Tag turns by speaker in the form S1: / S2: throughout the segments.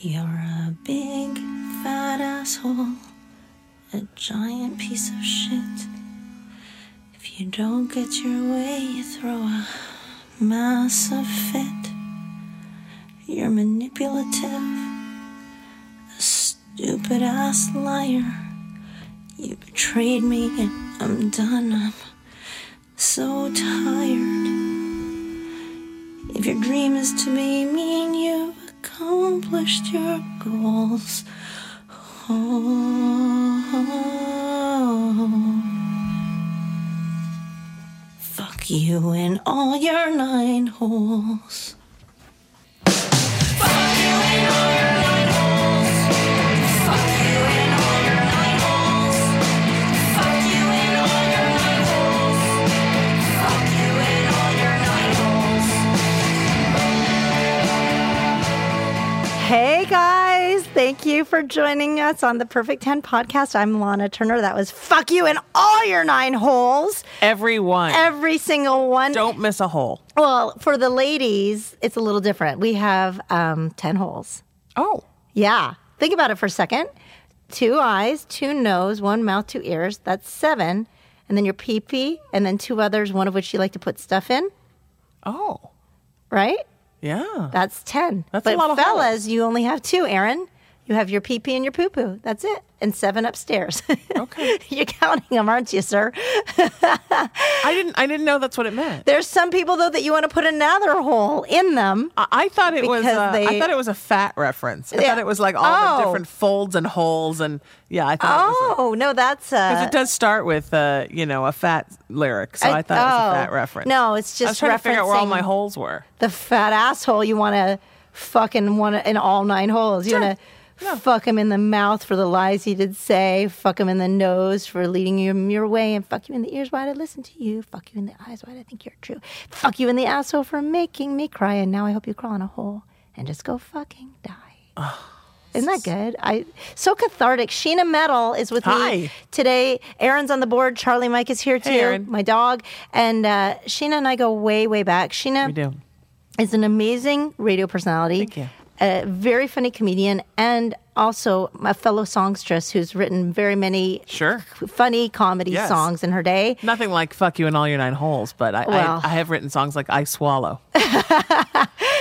S1: You're a big fat asshole, a giant piece of shit. If you don't get your way, you throw a massive fit. You're manipulative, a stupid ass liar. You betrayed me and I'm done. I'm so tired. If your dream is to be me and you accomplished your goals. Oh. Fuck you and all your nine holes.
S2: Hey guys, thank you for joining us on the Perfect 10 podcast. I'm Lana Turner. That was fuck you in all your nine holes,
S3: Everyone.
S2: every single one.
S3: Don't miss a hole.
S2: Well, for the ladies, it's a little different. We have um, 10 holes.
S3: Oh.
S2: Yeah. Think about it for a second. Two eyes, two nose, one mouth, two ears. That's seven. And then your pee pee, and then two others, one of which you like to put stuff in,
S3: Oh.
S2: right?
S3: Yeah.
S2: That's 10.
S3: That's
S2: but
S3: a lot of
S2: fellas, you only have two, Aaron. You have your pee pee and your poo poo. That's it. And seven upstairs.
S3: Okay.
S2: You're counting them, aren't you, sir?
S3: I didn't I didn't know that's what it meant.
S2: There's some people, though, that you want to put another hole in them.
S3: I, I thought it was
S2: Because
S3: uh,
S2: they-
S3: I thought it was a fat reference. I
S2: Yeah.
S3: thought it was like all
S2: Oh.
S3: the different folds and holes and yeah, I thought it was a-
S2: Oh, no, that's.
S3: because
S2: Uh,
S3: it does start with uh, you know, a fat lyric. So I, thought it was a
S2: oh.
S3: fat reference.
S2: No, it's
S3: I was
S2: just
S3: trying to figure out where all
S2: referencing-
S3: my holes were.
S2: the fat asshole you want to fucking want to in all nine holes. You want to fuck him in the mouth for the lies he did say, fuck him in the nose for leading you your way, and fuck you in the ears why I listen to you, fuck you in the eyes why I think you're true, fuck you in the asshole for making me cry, and now I hope you crawl in a hole and just go fucking die. Isn't that good? I so cathartic. Sheena Metal is with me
S3: Hi.
S2: today. Aaron's on the board. Charlie Mike is here too.
S3: Aaron.
S2: My dog and uh, Sheena and I go way way back. Sheena,
S3: We do.
S2: is an amazing radio personality.
S3: Thank you.
S2: A very funny comedian and also a fellow songstress who's written very many
S3: Sure.
S2: funny comedy
S3: Yes.
S2: songs in her day.
S3: Nothing like fuck you and all your nine holes, but I,
S2: Well.
S3: I, I have written songs like I Swallow.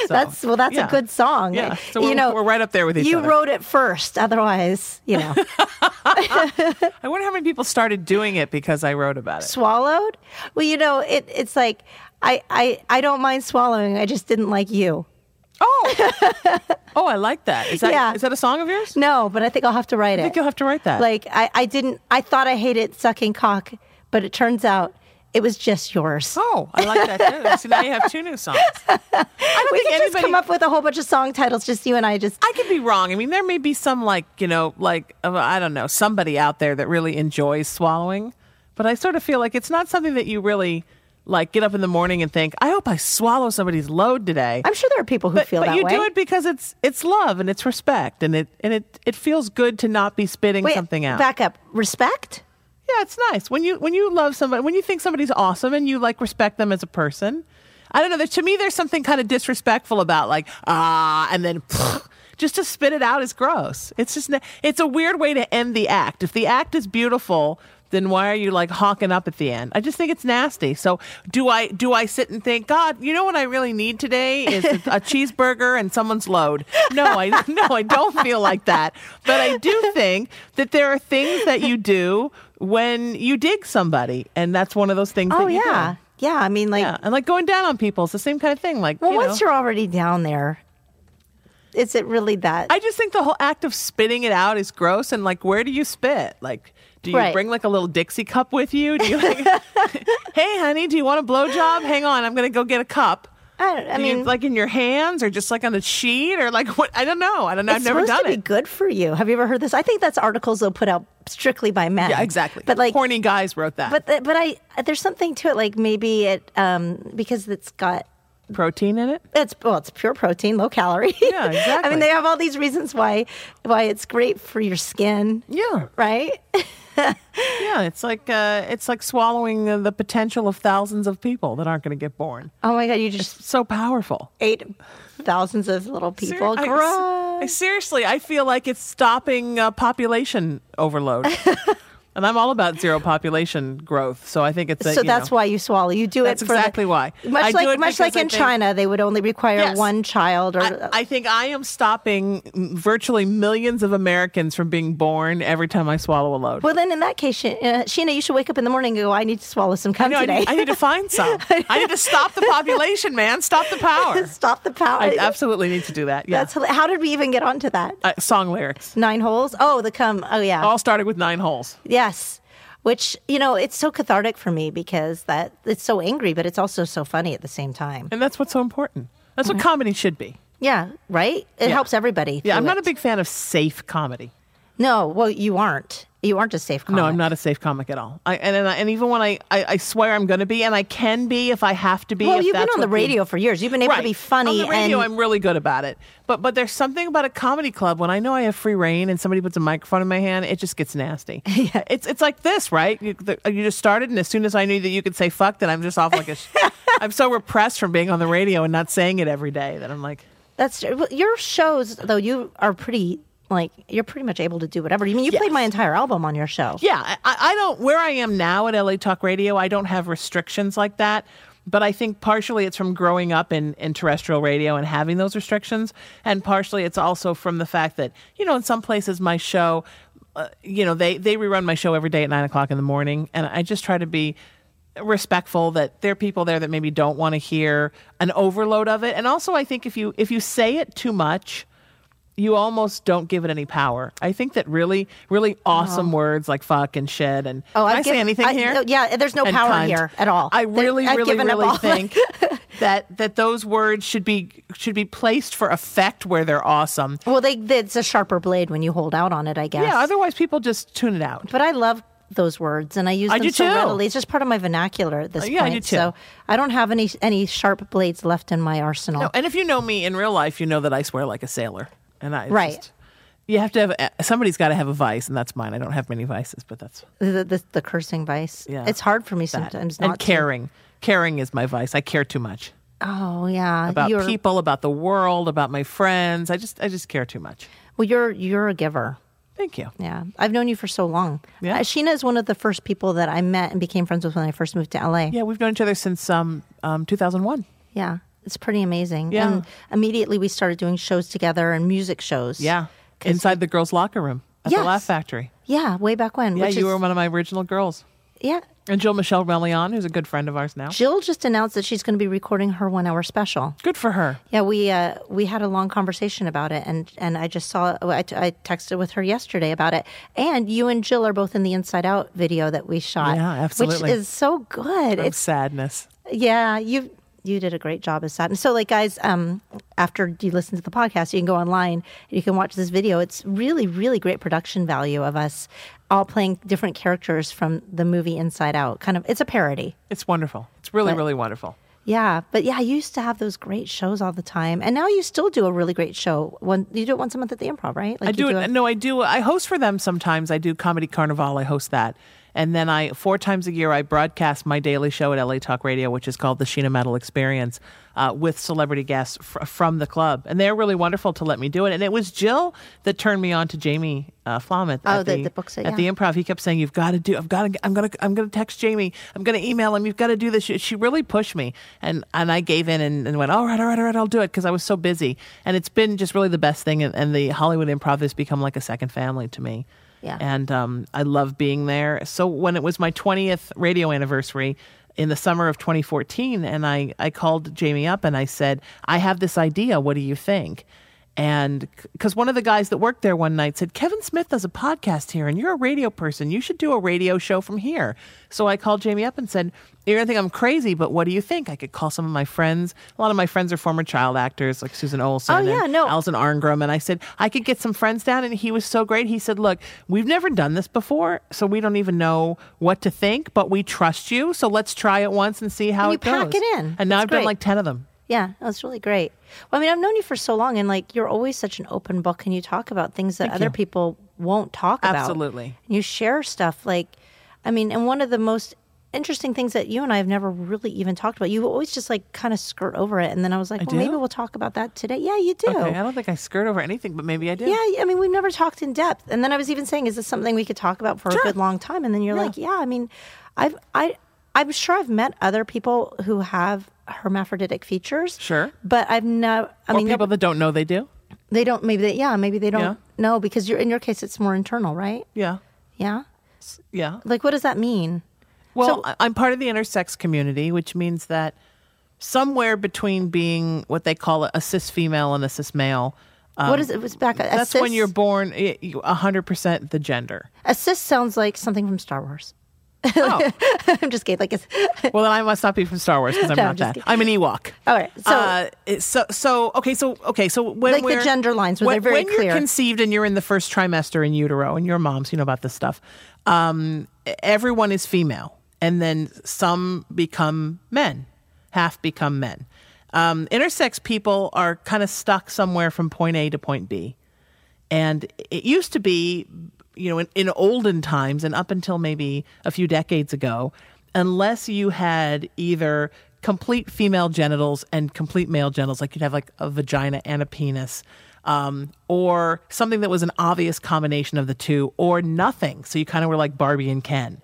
S2: That's well, that's
S3: yeah.
S2: a good song.
S3: Yeah. So we're,
S2: you know,
S3: we're right up there with each
S2: you
S3: other.
S2: wrote it first, otherwise, you know,
S3: I wonder how many people started doing it because I wrote about it.
S2: swallowed. Well, you know, it, it's like I, I I don't mind swallowing. I just didn't like you.
S3: Oh, oh, I like that. Is that
S2: Yeah.
S3: is that a song of yours?
S2: No, but I think I'll have to write it.
S3: I think you'll have to write that.
S2: Like I, I didn't. I thought I hated sucking cock, but it turns out it was just yours.
S3: oh, I like that too. So now you have two new songs. I don't
S2: we
S3: think
S2: could just
S3: anybody.
S2: come up with a whole bunch of song titles. Just you and I. Just
S3: I could be wrong. I mean, there may be some like you know, like uh, I don't know, somebody out there that really enjoys swallowing, but I sort of feel like it's not something that you really like. Get up in the morning and think, I hope I swallow somebody's load today.
S2: I'm sure there are people who
S3: but,
S2: feel
S3: but
S2: that
S3: you
S2: way.
S3: do it because it's it's love and it's respect and it and it it feels good to not be spitting
S2: Wait,
S3: something out.
S2: Back up. Respect.
S3: Yeah, it's nice when you when you love somebody when you think somebody's awesome and you like respect them as a person. I don't know. There, to me, there's something kind of disrespectful about like ah, and then just to spit it out is gross. It's just n- it's a weird way to end the act. If the act is beautiful, then why are you like hawking up at the end? I just think it's nasty. So do I do I sit and think God? You know what I really need today is a, a cheeseburger and someone's load. No, I no, I don't feel like that. But I do think that there are things that you do when you dig somebody, and that's one of those things.
S2: Oh
S3: that you do.
S2: yeah, yeah. I mean, like,
S3: Yeah, and like going down on people is the same kind of thing. Like,
S2: well,
S3: you
S2: once
S3: know.
S2: you're already down there, is it really that?
S3: I just think the whole act of spitting it out is gross. And like, where do you spit? Like, do you
S2: Right.
S3: bring like a little Dixie cup with you? Do you like, hey, honey, do you want a blowjob? Hang on, I'm gonna go get a cup.
S2: I, don't, I
S3: Do
S2: mean,
S3: you, like in your hands or just like on a sheet or like what? I don't know. I don't know.
S2: it's
S3: I've never
S2: supposed
S3: done
S2: to be
S3: it.
S2: good for you. Have you ever heard this? I think that's articles they'll put out strictly by men.
S3: Yeah, exactly.
S2: But like,
S3: horny guys wrote that.
S2: but th- but I there's something to it. Like maybe it um because it's got
S3: protein in it.
S2: it's well, it's pure protein, low calorie.
S3: Yeah,
S2: I mean,
S3: exactly.
S2: they have all these reasons why why it's great for your skin.
S3: Yeah.
S2: Right.
S3: Yeah, it's like uh, it's like swallowing uh, the potential of thousands of people that aren't going to get born.
S2: Oh my God, you just
S3: So powerful.
S2: ate thousands of little people.
S3: Ser- I-
S2: Gross.
S3: I seriously, I feel like it's stopping uh, population overload, and I'm all about zero population growth. So I think it's a,
S2: so
S3: you
S2: that's
S3: know,
S2: why you swallow. You do
S3: That's
S2: it for the-
S3: exactly why.
S2: Much
S3: I do
S2: like
S3: it
S2: much like
S3: because I
S2: in
S3: think-
S2: China, they would only require
S3: Yes.
S2: one child or
S3: I, I think I am stopping virtually millions of Americans from being born every time I swallow a load.
S2: Well, then in that case, Shi- uh, Sheena, you should wake up in the morning and go, I need to swallow some cum
S3: No, I,
S2: today.
S3: need, I need to find some. I need to stop the population, man. Stop the power.
S2: Stop the power.
S3: I absolutely need to do that. Yeah.
S2: That's hila- How did we even get onto that?
S3: uh, song lyrics.
S2: Nine holes? Oh, the cum. Oh, yeah.
S3: All started with nine holes.
S2: Yes. Which, you know, it's so cathartic for me because that it's so angry, but it's also so funny at the same time.
S3: And that's what's so important. That's what comedy should be.
S2: Yeah, right? It
S3: Yeah.
S2: helps everybody.
S3: Yeah, I'm
S2: through
S3: not
S2: it.
S3: a big fan of safe comedy.
S2: No, well, you aren't. You aren't a safe comic.
S3: No, I'm not a safe comic at all. I, and and, I, and even when I, I, I swear I'm going to be, and I can be if I have to be.
S2: Well,
S3: if
S2: you've been
S3: that's
S2: on the
S3: what
S2: radio for years. You've been
S3: You,
S2: able
S3: right.
S2: to be funny
S3: on the radio.
S2: and
S3: I'm really good about it. But but there's something about a comedy club when I know I have free reign and somebody puts a microphone in my hand, it just gets nasty. yeah. It's it's like this, right? You, the, you just started, and as soon as I knew that you could say fuck, then I'm just off like a. Sh- I'm so repressed from being on the radio and not saying it every day that I'm like.
S2: that's well, your shows though. You are pretty like you're pretty much able to do whatever. I mean, you played my entire album on your show.
S3: Yeah, I, I don't. Where I am now at LA Talk Radio, I don't have restrictions like that. But I think partially it's from growing up in, in terrestrial radio and having those restrictions, and partially it's also from the fact that you know in some places my show, uh, you know they they rerun my show every day at nine o'clock in the morning, and I just try to be respectful that there are people there that maybe don't want to hear an overload of it, and also I think if you if you say it too much, you almost don't give it any power. I think that really, really awesome words like fuck and shit and
S2: Oh,
S3: Can
S2: I've
S3: I say
S2: given-
S3: anything
S2: I-
S3: here?
S2: no, yeah, there's no
S3: And
S2: power
S3: cunt.
S2: here at all.
S3: I
S2: There-
S3: really,
S2: I've
S3: really,
S2: given up all-
S3: really think that that those words should be should be placed for effect where they're awesome.
S2: Well, they, they it's a sharper blade when you hold out on it, I guess.
S3: Yeah, otherwise people just tune it out.
S2: but I love those words and I use
S3: I
S2: them
S3: do
S2: so
S3: too.
S2: readily. It's just part of my vernacular at this
S3: Yeah, I
S2: point.
S3: do too.
S2: So I don't have any any sharp blades left in my arsenal.
S3: No, and if you know me in real life, you know that I swear like a sailor, and I it's
S2: Right.
S3: just- you have to have a- somebody's got to have a vice, and that's mine. I don't have many vices, but that's
S2: The, the, the cursing vice.
S3: Yeah.
S2: It's hard for me
S3: that.
S2: sometimes.
S3: and
S2: not to-
S3: caring, caring is my vice. I care too much.
S2: Oh yeah.
S3: about
S2: you're,
S3: people, about the world, about my friends. I just I just care too much.
S2: Well, you're you're a giver.
S3: Thank you.
S2: Yeah, I've known you for so long.
S3: Yeah.
S2: Uh, Sheena is one of the first people that I met and became friends with when I first moved to LA.
S3: Yeah, we've known each other since um, um 2001.
S2: Yeah, it's pretty amazing.
S3: Yeah.
S2: And immediately we started doing shows together and music shows.
S3: Yeah,
S2: 'Cause-
S3: inside the girls' locker room at
S2: Yes.
S3: the Laugh Factory.
S2: yeah, way back when.
S3: Yeah,
S2: which
S3: you
S2: is-
S3: were one of my original girls.
S2: Yeah.
S3: And Jill Michelle Relion, who's a good friend of ours now.
S2: Jill just announced that she's going to be recording her one hour special.
S3: Good for her.
S2: Yeah, we uh, we had a long conversation about it, and, and I just saw I, t- I texted with her yesterday about it. And you and Jill are both in the Inside Out video that we shot.
S3: Yeah, absolutely.
S2: Which is so good.
S3: Of
S2: It's
S3: sadness.
S2: Yeah, you you did a great job as that. And so, like guys, um, after you listen to the podcast, you can go online and you can watch this video. It's really, really great production value of us all playing different characters from the movie Inside Out. Kind of, it's a parody.
S3: It's wonderful. It's really
S2: But-
S3: really wonderful.
S2: Yeah, but yeah, you used to have those great shows all the time, and now you still do a really great show. One, you do it once a month at the Improv, right? Like
S3: I
S2: you
S3: do, it.
S2: a-
S3: No, I do. I host for them sometimes. I do comedy carnival. I host that, and then I four times a year I broadcast my daily show at LA Talk Radio, which is called the Sheena Metal Experience, uh, with celebrity guests fr- from the club, and they're really wonderful to let me do it. And it was Jill that turned me on to Jamie uh, Flom at,
S2: Oh,
S3: at
S2: the- the book set,
S3: at
S2: yeah.
S3: the improv. He kept saying, "You've got to do. I've got to. I'm gonna. I'm gonna text Jamie. I'm gonna email him. You've got to do this." She, she really pushed me, and and I gave in and, and went, "All right, all right, all right. I'll do it" because I was so busy. And it's been just really the best thing. And, and the Hollywood Improv has become like a second family to me.
S2: Yeah.
S3: And um, I love being there. So when it was my 20th radio anniversary in the summer of 2014, and I, I called Jamie up and I said, I have this idea. What do you think? And because one of the guys that worked there one night said, Kevin Smith does a podcast here and you're a radio person. You should do a radio show from here. So I called Jamie up and said, You're going to think I'm crazy, but what do you think? I could call some of my friends. A lot of my friends are former child actors like Susan Olsen
S2: Oh, yeah,
S3: and
S2: no.
S3: Alison Alison Arngrim, and I said I could get some friends down, and he was so great. He said, "Look, we've never done this before, so we don't even know what to think, but we trust you, so let's try it once and see
S2: And
S3: how
S2: you
S3: it goes."
S2: pack it in.
S3: And now
S2: It's
S3: I've
S2: great.
S3: done like ten of them.
S2: Yeah, that's really great. Well, I mean, I've known you for so long, and like you're always such an open book, and you talk about things that other people won't talk about.
S3: Absolutely.
S2: you share stuff like, I mean, and one of the most interesting things that you and I have never really even talked about. You always just like kind of skirt over it, and then I was like, well,
S3: do?
S2: maybe we'll talk about that today. Yeah, you do.
S3: Okay, I don't think I skirt over anything, but maybe I did.
S2: Oh. Yeah, I mean, we've never talked in depth. And then I was even saying, is this something we could talk about for a good long time? And then you're like, yeah, I mean, I've I I'm sure I've met other people who have hermaphroditic features.
S3: Sure.
S2: but I've never. I
S3: Or
S2: mean,
S3: people that don't know they do.
S2: they don't. Maybe they. Yeah, maybe they don't
S3: Yeah.
S2: know because you're in your case, it's more internal, right?
S3: Yeah.
S2: Yeah.
S3: Yeah.
S2: Like, what does that mean?
S3: Well,
S2: So-
S3: I- I'm part of the intersex community, which means that somewhere between being what they call a cis female and a cis male, um,
S2: what is it? Was back.
S3: that's
S2: assist,
S3: when you're born i- you- 100% the gender.
S2: assist sounds like something from Star Wars.
S3: Oh,
S2: I'm just kidding. Like, it's,
S3: well, then I must not be from Star Wars because I'm
S2: No,
S3: not
S2: I'm just
S3: that. I'm an Ewok.
S2: all right. So
S3: uh, it- so so okay so okay so when
S2: Like the
S3: we're-
S2: gender lines where
S3: when,
S2: they're very
S3: when
S2: clear.
S3: you're conceived and you're in the first trimester in utero and your moms you know about this stuff um, everyone is female and then some become men half become men um, intersex people are kind of stuck somewhere from point A to point B and it used to be, you know, in, in olden times and up until maybe a few decades ago, unless you had either complete female genitals and complete male genitals, like you'd have like a vagina and a penis, um, or something that was an obvious combination of the two, or nothing. So you kind of were like Barbie and Ken.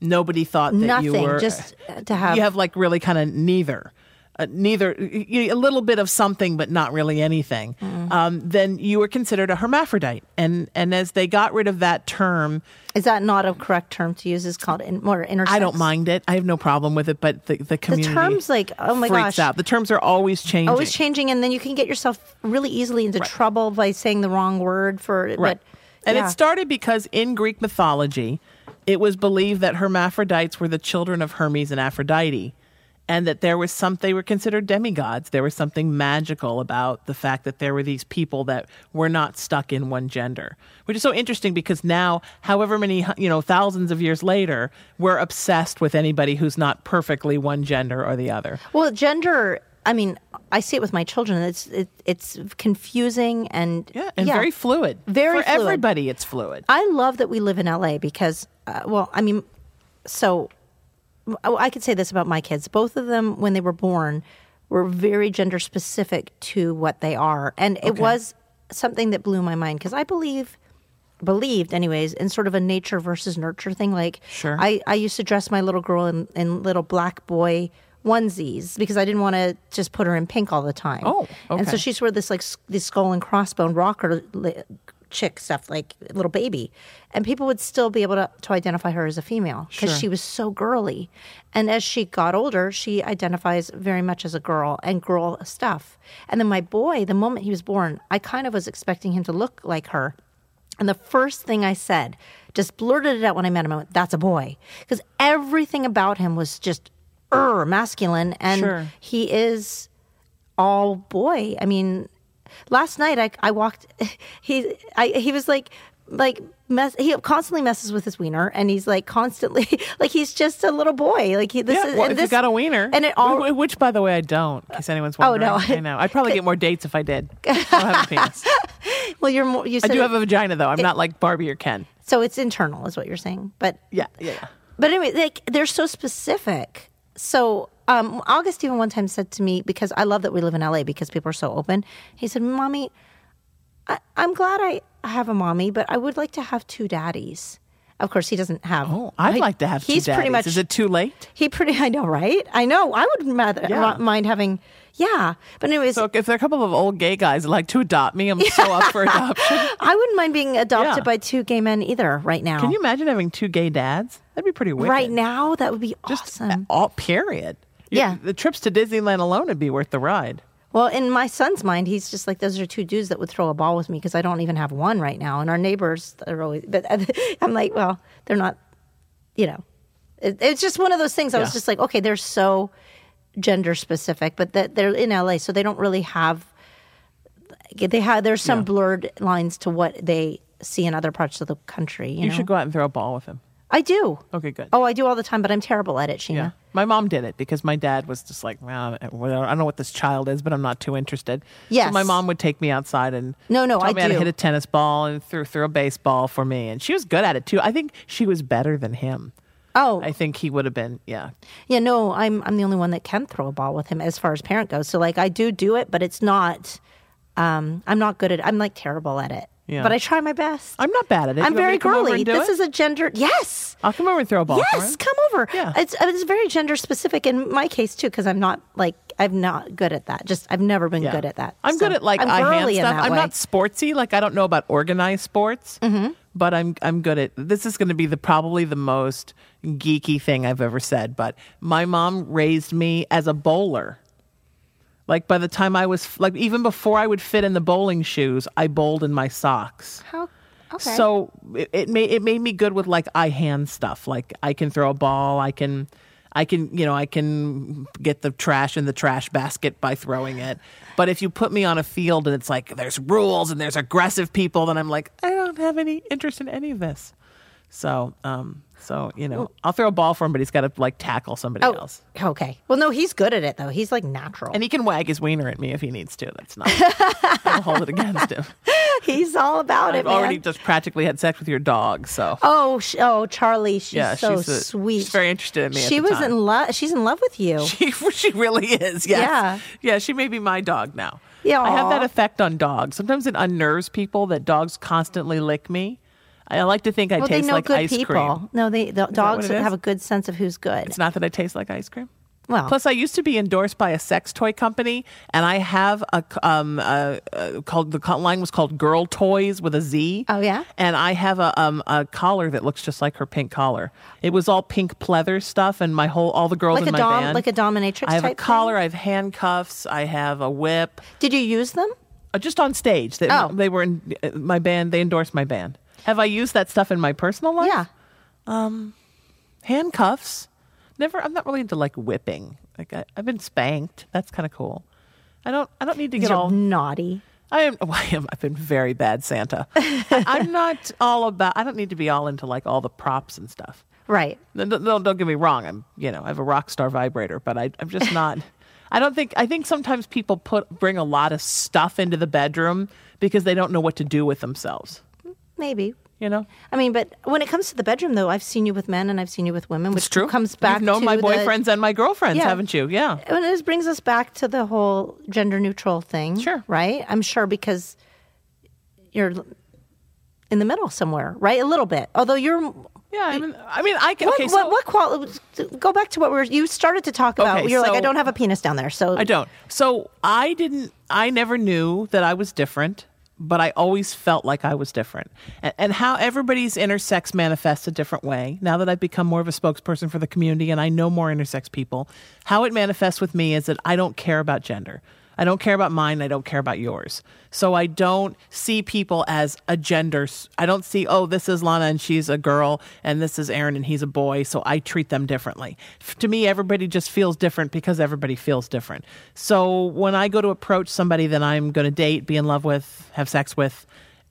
S3: Nobody thought that you
S2: Nothing,
S3: were
S2: just to have-
S3: you have like really kind of neither uh, neither y- y- a little bit of something but not really anything
S2: Mm.
S3: um, then you were considered a hermaphrodite and and as they got rid of that term
S2: is that not a correct term to use? Is called in, more intersex.
S3: i don't mind it i have no problem with it but the, the community
S2: terms, like, oh my
S3: freaks
S2: gosh.
S3: out the terms are always changing
S2: always changing and then you can get yourself really easily into trouble by saying the wrong word for it
S3: Right.
S2: but
S3: and
S2: yeah.
S3: it started because in Greek mythology, it was believed that hermaphrodites were the children of Hermes and Aphrodite, and that there was some they were considered demigods. There was something magical about the fact that there were these people that were not stuck in one gender, which is so interesting because now, however many hu- you know thousands of years later, we're obsessed with anybody who's not perfectly one gender or the other.
S2: well gender i mean i see it with my children it's it, it's confusing and
S3: Yeah, and very fluid.
S2: Very
S3: for
S2: fluid.
S3: everybody, it's fluid.
S2: I love that we live in LA because, uh, well, I mean, so I I could say this about my kids. Both of them, when they were born, were very gender specific to what they are, and it was something that blew my mind because I believe believed anyways in sort of a nature versus nurture thing like
S3: Sure.
S2: I, I used to dress my little girl in, in little black boy onesies because i didn't want to just put her in pink all the time
S3: Oh,
S2: and so
S3: okay.
S2: she she's wore this like s- this skull and crossbone rocker li- chick stuff like little baby and people would still be able to, to identify her as a female because she was so girly and as she got older she identifies very much as a girl and girl stuff and then my boy the moment he was born i kind of was expecting him to look like her and the first thing I said, just blurted it out when I met him, I went, that's a boy. Because everything about him was just er, masculine. And
S3: Sure.
S2: he is all boy. I mean, last night I, I walked, he, I, he was like, like mess, he constantly messes with his wiener, and he's like constantly, like he's just a little boy. Like he, this
S3: Yeah,
S2: is
S3: well,
S2: and
S3: if
S2: this,
S3: you got a wiener,
S2: and it all Oh,
S3: wh- which, by the way, I don't. In case anyone's wondering,
S2: no.
S3: I know I'd probably get more dates if I did. I don't have a penis.
S2: well, you're more, you
S3: I
S2: said
S3: do
S2: it-
S3: have a vagina though. I'm not like Barbie or Ken.
S2: so it's internal, is what you're saying, but
S3: Yeah, yeah.
S2: But anyway, like they're so specific. So um, August even one time said to me because I love that we live in LA because people are so open. He said, "Mommy, I, I'm glad I have a mommy, but I would like to have two daddies." Of course, he doesn't have.
S3: Oh, I'd
S2: I-
S3: like to have.
S2: He's
S3: two
S2: pretty
S3: daddies.
S2: much.
S3: Is it too late?
S2: he pretty. I know, right? I know. I would rather not mind having. Yeah, but anyways,
S3: So if there are a couple of old gay guys that like to adopt me, I'm so up for adoption.
S2: I wouldn't mind being adopted
S3: Yeah.
S2: by two gay men either right now.
S3: Can you imagine having two gay dads? That'd be pretty weird.
S2: right now, that would be awesome.
S3: All period. You-
S2: Yeah.
S3: The trips to Disneyland alone would be worth the ride.
S2: Well, in my son's mind, he's just like those are two dudes that would throw a ball with me because I don't even have one right now, and our neighbors are always. But uh, I'm like, well, they're not. You know, it, it's just one of those things. I was
S3: Yeah.
S2: just like, okay, they're so gender specific, but that they're in LA, so they don't really have. They have there's some blurred lines to what they see in other parts of the country. You,
S3: You
S2: know?
S3: should go out and throw a ball with him.
S2: I do.
S3: Okay, good.
S2: Oh, I do all the time, but I'm terrible at it, Sheena.
S3: Yeah. My mom did it because my dad was just like, well, I don't know what this child is, but I'm not too interested.
S2: Yes.
S3: So my mom would take me outside and
S2: No, no,
S3: taught
S2: I
S3: me how to
S2: do.
S3: hit a tennis ball and threw, threw a baseball for me. And she was good at it too. I think she was better than him.
S2: Oh,
S3: I think he would have been, yeah.
S2: yeah. No, I'm I'm the only one that can throw a ball with him as far as parent goes. So like I do do it, but it's not. Um, I'm not good at. I'm like terrible at it.
S3: Yeah.
S2: But I try my best.
S3: I'm not bad at it.
S2: I'm
S3: You want me
S2: very
S3: to come over
S2: girly.
S3: and do
S2: This
S3: it?
S2: is a gender. Yes.
S3: I'll come over and throw a ball. for
S2: Yes,
S3: him.
S2: come over.
S3: Yeah.
S2: It's it's very gender specific in my case too because I'm not like I'm not good at that. Just I've never been
S3: Yeah.
S2: good at that.
S3: I'm
S2: So
S3: good at like
S2: I'm
S3: I hand
S2: girly in
S3: stuff.
S2: that
S3: I'm
S2: way. Mm-hmm.
S3: not sportsy. Like I don't know about organized sports, but I'm I'm good at. This is going to be the probably the most geeky thing I've ever said. But my mom raised me as a bowler. Like by the time I was like even before I would fit in the bowling shoes, I bowled in my socks.
S2: How? Okay.
S3: So it, it made it made me good with like I hand stuff. Like I can throw a ball. I can, I can you know I can get the trash in the trash basket by throwing it. But if you put me on a field and it's like there's rules and there's aggressive people, then I'm like I don't have any interest in any of this. So um so you know I'll throw a ball for him, but he's got to like tackle somebody
S2: Oh,
S3: else.
S2: okay. Well, no, he's good at it though. He's like natural.
S3: And he can wag his wiener at me if he needs to. That's not. I'll hold it against him.
S2: he's all about it,
S3: I've already
S2: man.
S3: just practically had sex with your dog, so.
S2: Oh, sh- oh, Charlie, she's
S3: Yeah,
S2: so
S3: she's a-
S2: sweet.
S3: she's very interested in me at
S2: She
S3: the
S2: was
S3: time.
S2: in love. She's in love with you.
S3: She, she really is. Yes.
S2: Yeah.
S3: Yeah. She may be my dog now.
S2: Yeah.
S3: I have that effect on dogs. Sometimes it unnerves people that dogs constantly lick me. I like to think I
S2: well, they
S3: taste
S2: know
S3: like
S2: good
S3: ice
S2: people.
S3: cream.
S2: No, they the dogs
S3: what it
S2: have
S3: is?
S2: a good sense of who's good.
S3: It's not that I taste like ice cream.
S2: Well,
S3: Plus, I used to be endorsed by a sex toy company, and I have a c- um a, a called the co- line was called Girl Toys with a Z.
S2: Oh, yeah?
S3: and I have a um a collar that looks just like her pink collar. It was all pink pleather stuff, and my whole all the girls
S2: like
S3: in
S2: a
S3: my
S2: dom,
S3: band.
S2: like a dominatrix.
S3: I have
S2: type
S3: a
S2: thing?
S3: collar. I have handcuffs. I have a whip.
S2: Did you use them?
S3: Uh, just on stage. They,
S2: Oh.
S3: they were in uh, my band. They endorsed my band. Have I used that stuff in my personal life?
S2: Yeah.
S3: Handcuffs. Never. I'm not really into like whipping. Like I, I've been spanked. That's kind of cool. I don't. I don't need to get
S2: You're
S3: all.
S2: naughty.
S3: I am. oh, I am. I've been very bad Santa. I, I'm not all about. I don't need to be all into like all the props and stuff.
S2: Right.
S3: No, no, no, don't get me wrong. I'm, you know, I have a rock star vibrator, but I, I'm just not. I don't think. I think sometimes people put bring a lot of stuff into the bedroom because they don't know what to do with themselves.
S2: Maybe.
S3: You know,
S2: I mean, but when it comes to the bedroom, though, I've seen you with men and I've seen you with women, which
S3: it's true.
S2: comes back
S3: You've known
S2: to
S3: my
S2: the-
S3: boyfriends and my girlfriends,
S2: Yeah.
S3: haven't you? Yeah.
S2: And this brings us back to the whole gender neutral thing.
S3: Sure.
S2: Right? I'm sure because you're in the middle somewhere, right? A little bit. Although you're.
S3: Yeah. I mean, I, mean, I can.
S2: What,
S3: okay,
S2: what,
S3: so
S2: what quali- Go back to what we were, you started to talk about.
S3: Okay,
S2: you're like,
S3: so-
S2: I don't have a penis down there. So
S3: I don't. So I didn't. I never knew that I was different, but I always felt like I was different. And, and how everybody's intersex manifests a different way. Now that I've become more of a spokesperson for the community and I know more intersex people, how it manifests with me is that I don't care about gender. I don't care about mine. I don't care about yours. So I don't see people as a gender. s- I don't see, oh, this is Lana and she's a girl, and this is Aaron and he's a boy. So I treat them differently. F- To me, everybody just feels different because everybody feels different. So when I go to approach somebody that I'm going to date, be in love with, have sex with,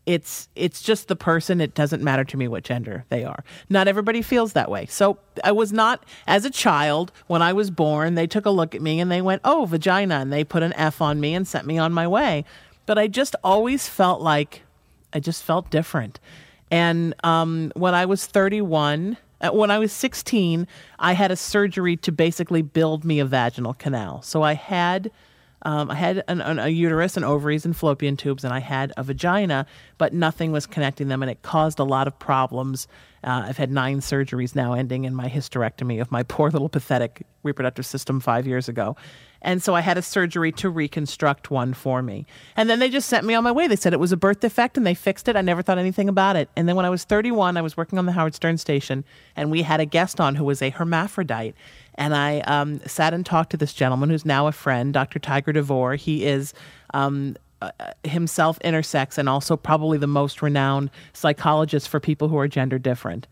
S3: it's it's just the person it doesn't matter to me what gender they are not everybody feels that way so i was not as a child when i was born they took a look at me and they went oh vagina and they put an f on me and sent me on my way but i just always felt like i just felt different and um, when i was 31 uh, when i was 16 i had a surgery to basically build me a vaginal canal so i had um, I had an, an, a uterus and ovaries and fallopian tubes, and I had a vagina, but nothing was connecting them, and it caused a lot of problems. Uh, I've had nine surgeries now, ending in my hysterectomy of my poor little pathetic reproductive system five years ago. And so I had a surgery to reconstruct one for me. And then they just sent me on my way. They said it was a birth defect and they fixed it. I never thought anything about it. And then when I was 31, I was working on the Howard Stern station and we had a guest on who was a hermaphrodite. And I um, sat and talked to this gentleman who's now a friend, Dr. Tiger DeVore. He is um, uh, himself intersex and also probably the most renowned psychologist for people who are gender different.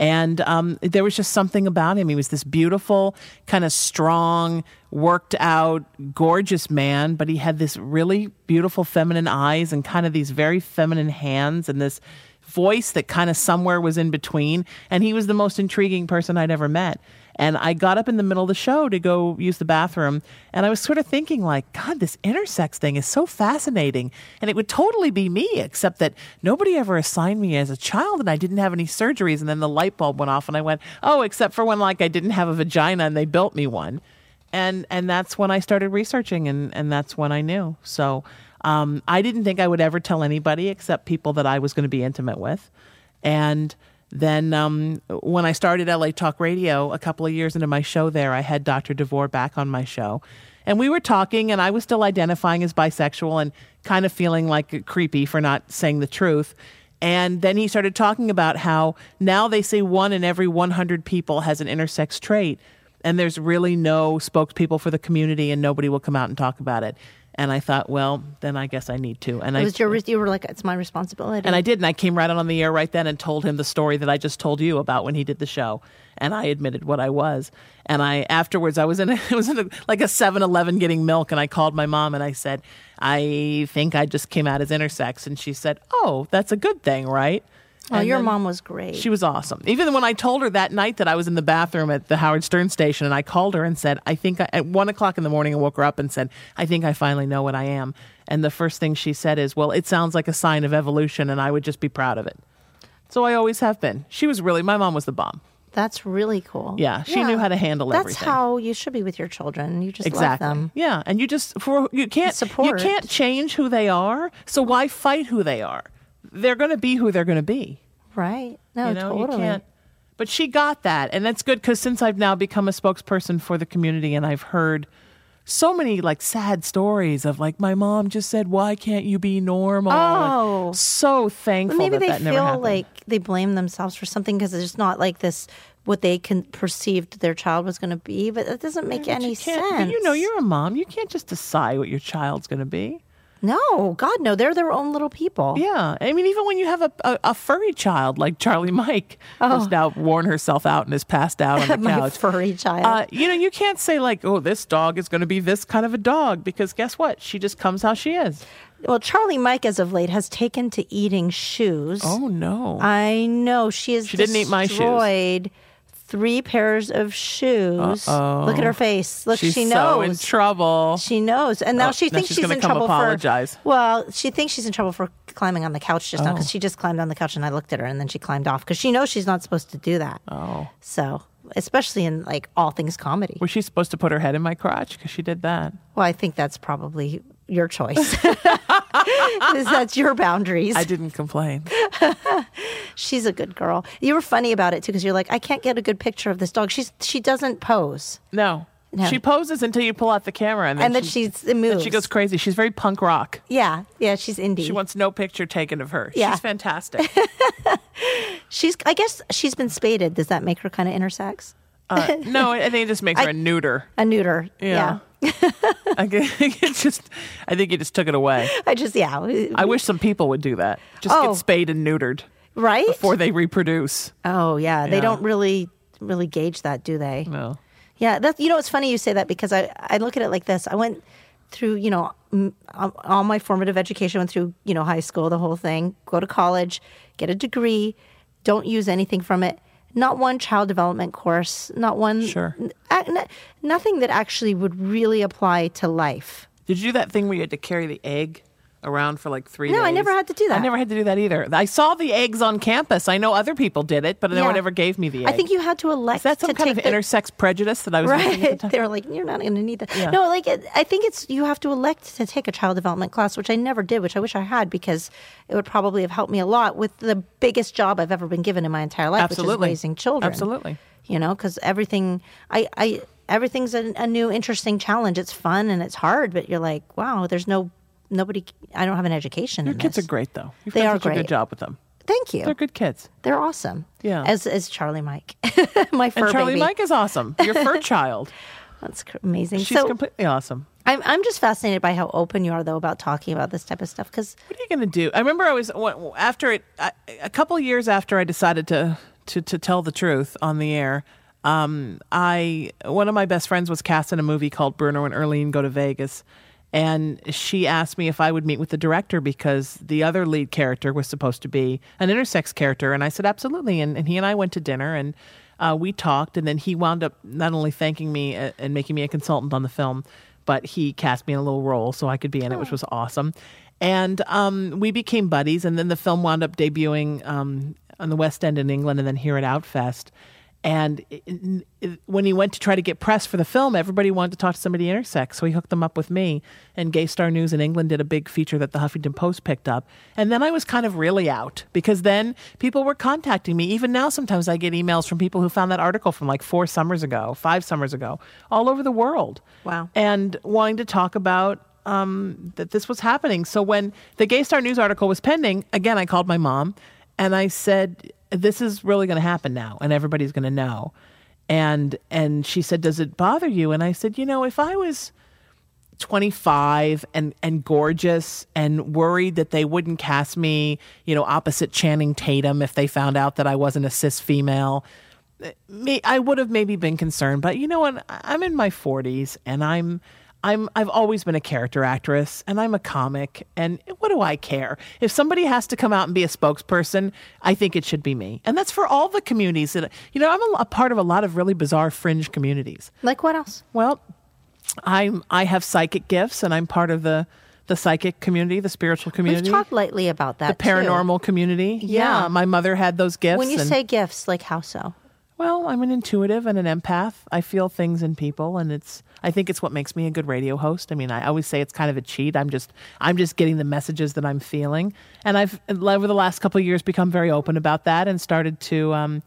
S3: And um, there was just something about him. He was this beautiful, kind of strong, worked out, gorgeous man, but he had this really beautiful feminine eyes and kind of these very feminine hands and this voice that kind of somewhere was in between. And he was the most intriguing person I'd ever met. And I got up in the middle of the show to go use the bathroom. And I was sort of thinking, like, God, this intersex thing is so fascinating. And it would totally be me, except that nobody ever assigned me as a child and I didn't have any surgeries. And then the light bulb went off and I went, oh, except for when, like, I didn't have a vagina and they built me one. And, and that's when I started researching and, and that's when I knew. So um, I didn't think I would ever tell anybody except people that I was going to be intimate with. And then um, when I started LA Talk Radio, a couple of years into my show there, I had Dr. DeVore back on my show. And we were talking, and I was still identifying as bisexual and kind of feeling like creepy for not saying the truth. And then he started talking about how now they say one in every 100 people has an intersex trait, and there's really no spokespeople for the community, and nobody will come out and talk about it. And I thought, well, then I guess I need to. And
S2: It
S3: I
S2: was your, you were like, it's my responsibility.
S3: and I did, and I came right out on the air right then and told him the story that I just told you about when he did the show, and I admitted what I was. And I afterwards, I was in, a, it was in a, like a 7-Eleven getting milk, and I called my mom and I said, I think I just came out as intersex, and she said, Oh, that's a good thing, right?
S2: oh,
S3: And
S2: your
S3: then-
S2: mom was great.
S3: she was awesome. Even when I told her that night that I was in the bathroom at the Howard Stern station, and I called her and said, "I think I, at one o'clock in the morning, I woke her up and said, I think I finally know what I am." And the first thing she said is, "Well, it sounds like a sign of evolution, and I would just be proud of it." So I always have been. She was really my mom was the bomb.
S2: That's really cool.
S3: Yeah, she knew how to handle
S2: That's
S3: everything.
S2: how you should be with your children. You just
S3: exactly.
S2: love them.
S3: Yeah, and you just for you can't
S2: Support.
S3: you can't change who they are. So why fight who they are? They're going to be who they're going to be.
S2: Right. No,
S3: you know,
S2: Oh, totally.
S3: you can't. But she got that, and that's good because since I've now become a spokesperson for the community, and I've heard so many like sad stories of like my mom just said, "Why can't you be normal?"
S2: Oh.
S3: so
S2: But
S3: thankful
S2: maybe
S3: that
S2: they
S3: that never
S2: feel
S3: happened.
S2: like they blame themselves for something because it's not like this what they can perceived their child was going to be, but that doesn't make any
S3: you can't,
S2: sense.
S3: but you know, you're a mom. You can't just decide what your child's going to be.
S2: no, God, no, they're their own little people.
S3: Yeah, I mean, even when you have a, a, a furry child like Charlie Mike, who's now worn herself out and is passed out on the
S2: Oh. My
S3: couch.
S2: furry child.
S3: Uh, you know, you can't say like, "Oh, this dog is going to be this kind of a dog," because guess what? She just comes how she is.
S2: well, Charlie Mike, as of late, has taken to eating shoes.
S3: Oh no!
S2: I know she has
S3: She didn't eat my shoes.
S2: destroyed three pairs of shoes.
S3: Uh-oh.
S2: Look at her face. Look,
S3: she's
S2: she
S3: so in
S2: knows.
S3: trouble.
S2: She knows, and now
S3: Oh,
S2: she
S3: now
S2: thinks
S3: she's
S2: she's,
S3: gonna
S2: in
S3: come
S2: trouble
S3: apologize. Oh.
S2: for. Well, she thinks she's in trouble for climbing on the couch just now because she just climbed on the couch and I looked at her and then she climbed off because she knows she's not supposed to do that.
S3: oh,
S2: So, especially in like all things comedy.
S3: was she supposed to put her head in my crotch? Because she did that.
S2: Well, I think that's probably your choice. 'Cause that's your boundaries.
S3: I didn't complain.
S2: She's a good girl. You were funny about it too because you're like, I can't get a good picture of this dog. She's she doesn't pose,
S3: No.
S2: No.
S3: She poses until you pull out the camera, and then,
S2: and then
S3: she,
S2: she's it moves.
S3: then she goes crazy. She's very punk rock.
S2: yeah, yeah. She's indie.
S3: She wants no picture taken of her.
S2: Yeah.
S3: She's fantastic.
S2: she's I guess she's been spaded. Does that make her kind of intersex?
S3: Uh, no, I think it just makes her a neuter.
S2: A neuter.
S3: Yeah. I think it just, I think you just took it away.
S2: I just yeah.
S3: I wish some people would do that. Just
S2: Oh.
S3: get spayed and neutered
S2: right?
S3: before they reproduce.
S2: oh yeah, they
S3: Yeah.
S2: don't really really gauge that, do they?
S3: No.
S2: Yeah, that's you know it's funny you say that because I I look at it like this. I went through you know m- all my formative education went through you know high school the whole thing. Go to college, get a degree, don't use anything from it. Not one child development course. Not one.
S3: Sure.
S2: n- ac- n- nothing that actually would really apply to life.
S3: Did you do that thing where you had to carry the egg around for like three
S2: No,
S3: days?
S2: I never had to do that.
S3: I never had to do that either. I saw the eggs on campus. I know other people did it, but no one
S2: Yeah.
S3: ever gave me the egg.
S2: I think you had to elect
S3: Is that some
S2: to
S3: kind
S2: take
S3: of
S2: the-
S3: intersex prejudice that I was making at
S2: Right.
S3: the time?
S2: They were like, you're not going to need that.
S3: Yeah.
S2: No, like, it, I think it's, you have to elect to take a child development class, which I never did, which I wish I had because it would probably have helped me a lot with the biggest job I've ever been given in my entire life, which is
S3: Absolutely.
S2: raising children.
S3: Absolutely.
S2: You know, because everything, I, I, everything's a, a new, interesting challenge. It's fun and it's hard, but you're like, wow, there's no, nobody, I don't have an education
S3: Your
S2: in
S3: kids are
S2: this.
S3: great, though. You've
S2: They are
S3: done such a
S2: great.
S3: good job with them.
S2: Thank you.
S3: They're good kids.
S2: They're awesome.
S3: Yeah.
S2: As, as Charlie Mike, my fur
S3: And Charlie
S2: baby.
S3: Mike is awesome. Your fur child.
S2: That's cr- amazing.
S3: She's
S2: so,
S3: completely awesome.
S2: I'm I'm just fascinated by how open you are though about talking about this type of stuff because
S3: What are you going to do? I remember I was when- after it I- a couple of years after I decided to to to tell the truth on the air. Um, I one of my best friends was cast in a movie called Bruno and Erlene Go to Vegas, And she asked me if I would meet with the director because the other lead character was supposed to be an intersex character. And I said, absolutely. And, and he and I went to dinner and uh, we talked. And then he wound up not only thanking me uh, and making me a consultant on the film, but he cast me in a little role so I could be in it, which was awesome. And um, we became buddies. And then the film wound up debuting um, on the West End in England and then here at Outfest. And it- it- when he went to try to get press for the film, everybody wanted to talk to somebody intersex. So he hooked them up with me. And Gay Star News in England did a big feature that the Huffington Post picked up. And then I was kind of really out because then people were contacting me. Even now, sometimes I get emails from people who found that article from like four summers ago, five summers ago, all over the world.
S2: Wow.
S3: And wanting to talk about um, that this was happening. So when the Gay Star News article was pending, again, I called my mom and I said, "This is really going to happen now, and everybody's going to know." And and she said, "Does it bother you?" And I said, "You know, if I was." 25 and and gorgeous and worried that they wouldn't cast me, you know, opposite Channing Tatum if they found out that I wasn't a cis female. Eh, May, I would have maybe been concerned, but you know what? I- I'm in my 40s and I'm I'm I've always been a character actress and I'm a comic and what do I care? If somebody has to come out and be a spokesperson, I think it should be me. And that's for all the communities that you know, I'm a, a part of a lot of really bizarre fringe communities.
S2: Like what else?
S3: Well, I'm I have psychic gifts, and I'm part of the the psychic community, the spiritual
S2: We've
S3: community,
S2: talked lightly about
S3: the
S2: that. too.
S3: paranormal community.
S2: Yeah.
S3: my mother had those gifts.
S2: When you
S3: and-
S2: say gifts, like how so?
S3: well, I'm an intuitive and an empath. I feel things in people, and it's. I think it's what makes me a good radio host. I mean, I always say it's kind of a cheat. I'm just. I'm just getting the messages that I'm feeling, and I've over the last couple of years become very open about that and started to. Um,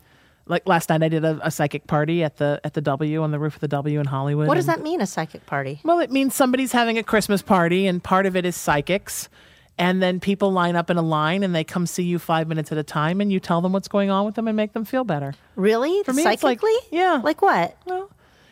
S3: like last night, I did a, a psychic party at the at the W on the roof of the W in Hollywood.
S2: What does
S3: and-
S2: that mean? A psychic party?
S3: well, it means somebody's having a Christmas party, and part of it is psychics. And then people line up in a line and they come see you five minutes at a time, and you tell them what's going on with them and make them feel better.
S2: Really?
S3: For me, it's like-
S2: Psychically?
S3: yeah.
S2: Like what?
S3: Well,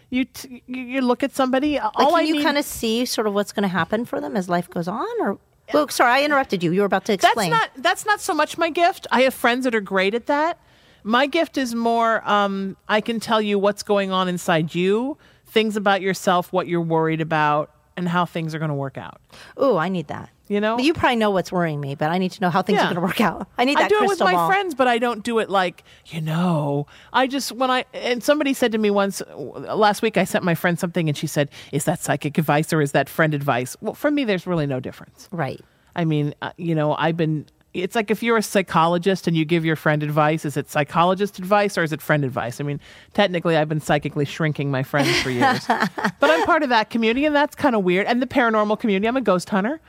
S3: you, t- you you look at somebody.
S2: Like
S3: all
S2: can
S3: I
S2: you
S3: need-
S2: kind of see sort of what's going to happen for them as life goes on? Or well, sorry, I interrupted you. You were about to
S3: that's
S2: explain.
S3: not that's not so much my gift. I have friends that are great at that. My gift is more um, I can tell you what's going on inside you, things about yourself, what you're worried about, and how things are going to work out.
S2: Ooh, I need that.
S3: You know?
S2: But you probably know what's worrying me, but I need to know how things
S3: Yeah.
S2: are going to work out. I need that
S3: I do it with
S2: crystal
S3: my
S2: ball.
S3: friends, but I don't do it like you know. I just when I and somebody said to me once uh, last week, I sent my friend something, and she said, "Is that psychic advice or is that friend advice?" Well, for me, there's really no difference.
S2: Right.
S3: I mean, uh, you know, I've been. It's like if you're a psychologist and you give your friend advice, is it psychologist advice or is it friend advice? I mean, technically, I've been psychically shrinking my friends for years, but I'm part of that community, and that's kind of weird. And the paranormal community, I'm a ghost hunter.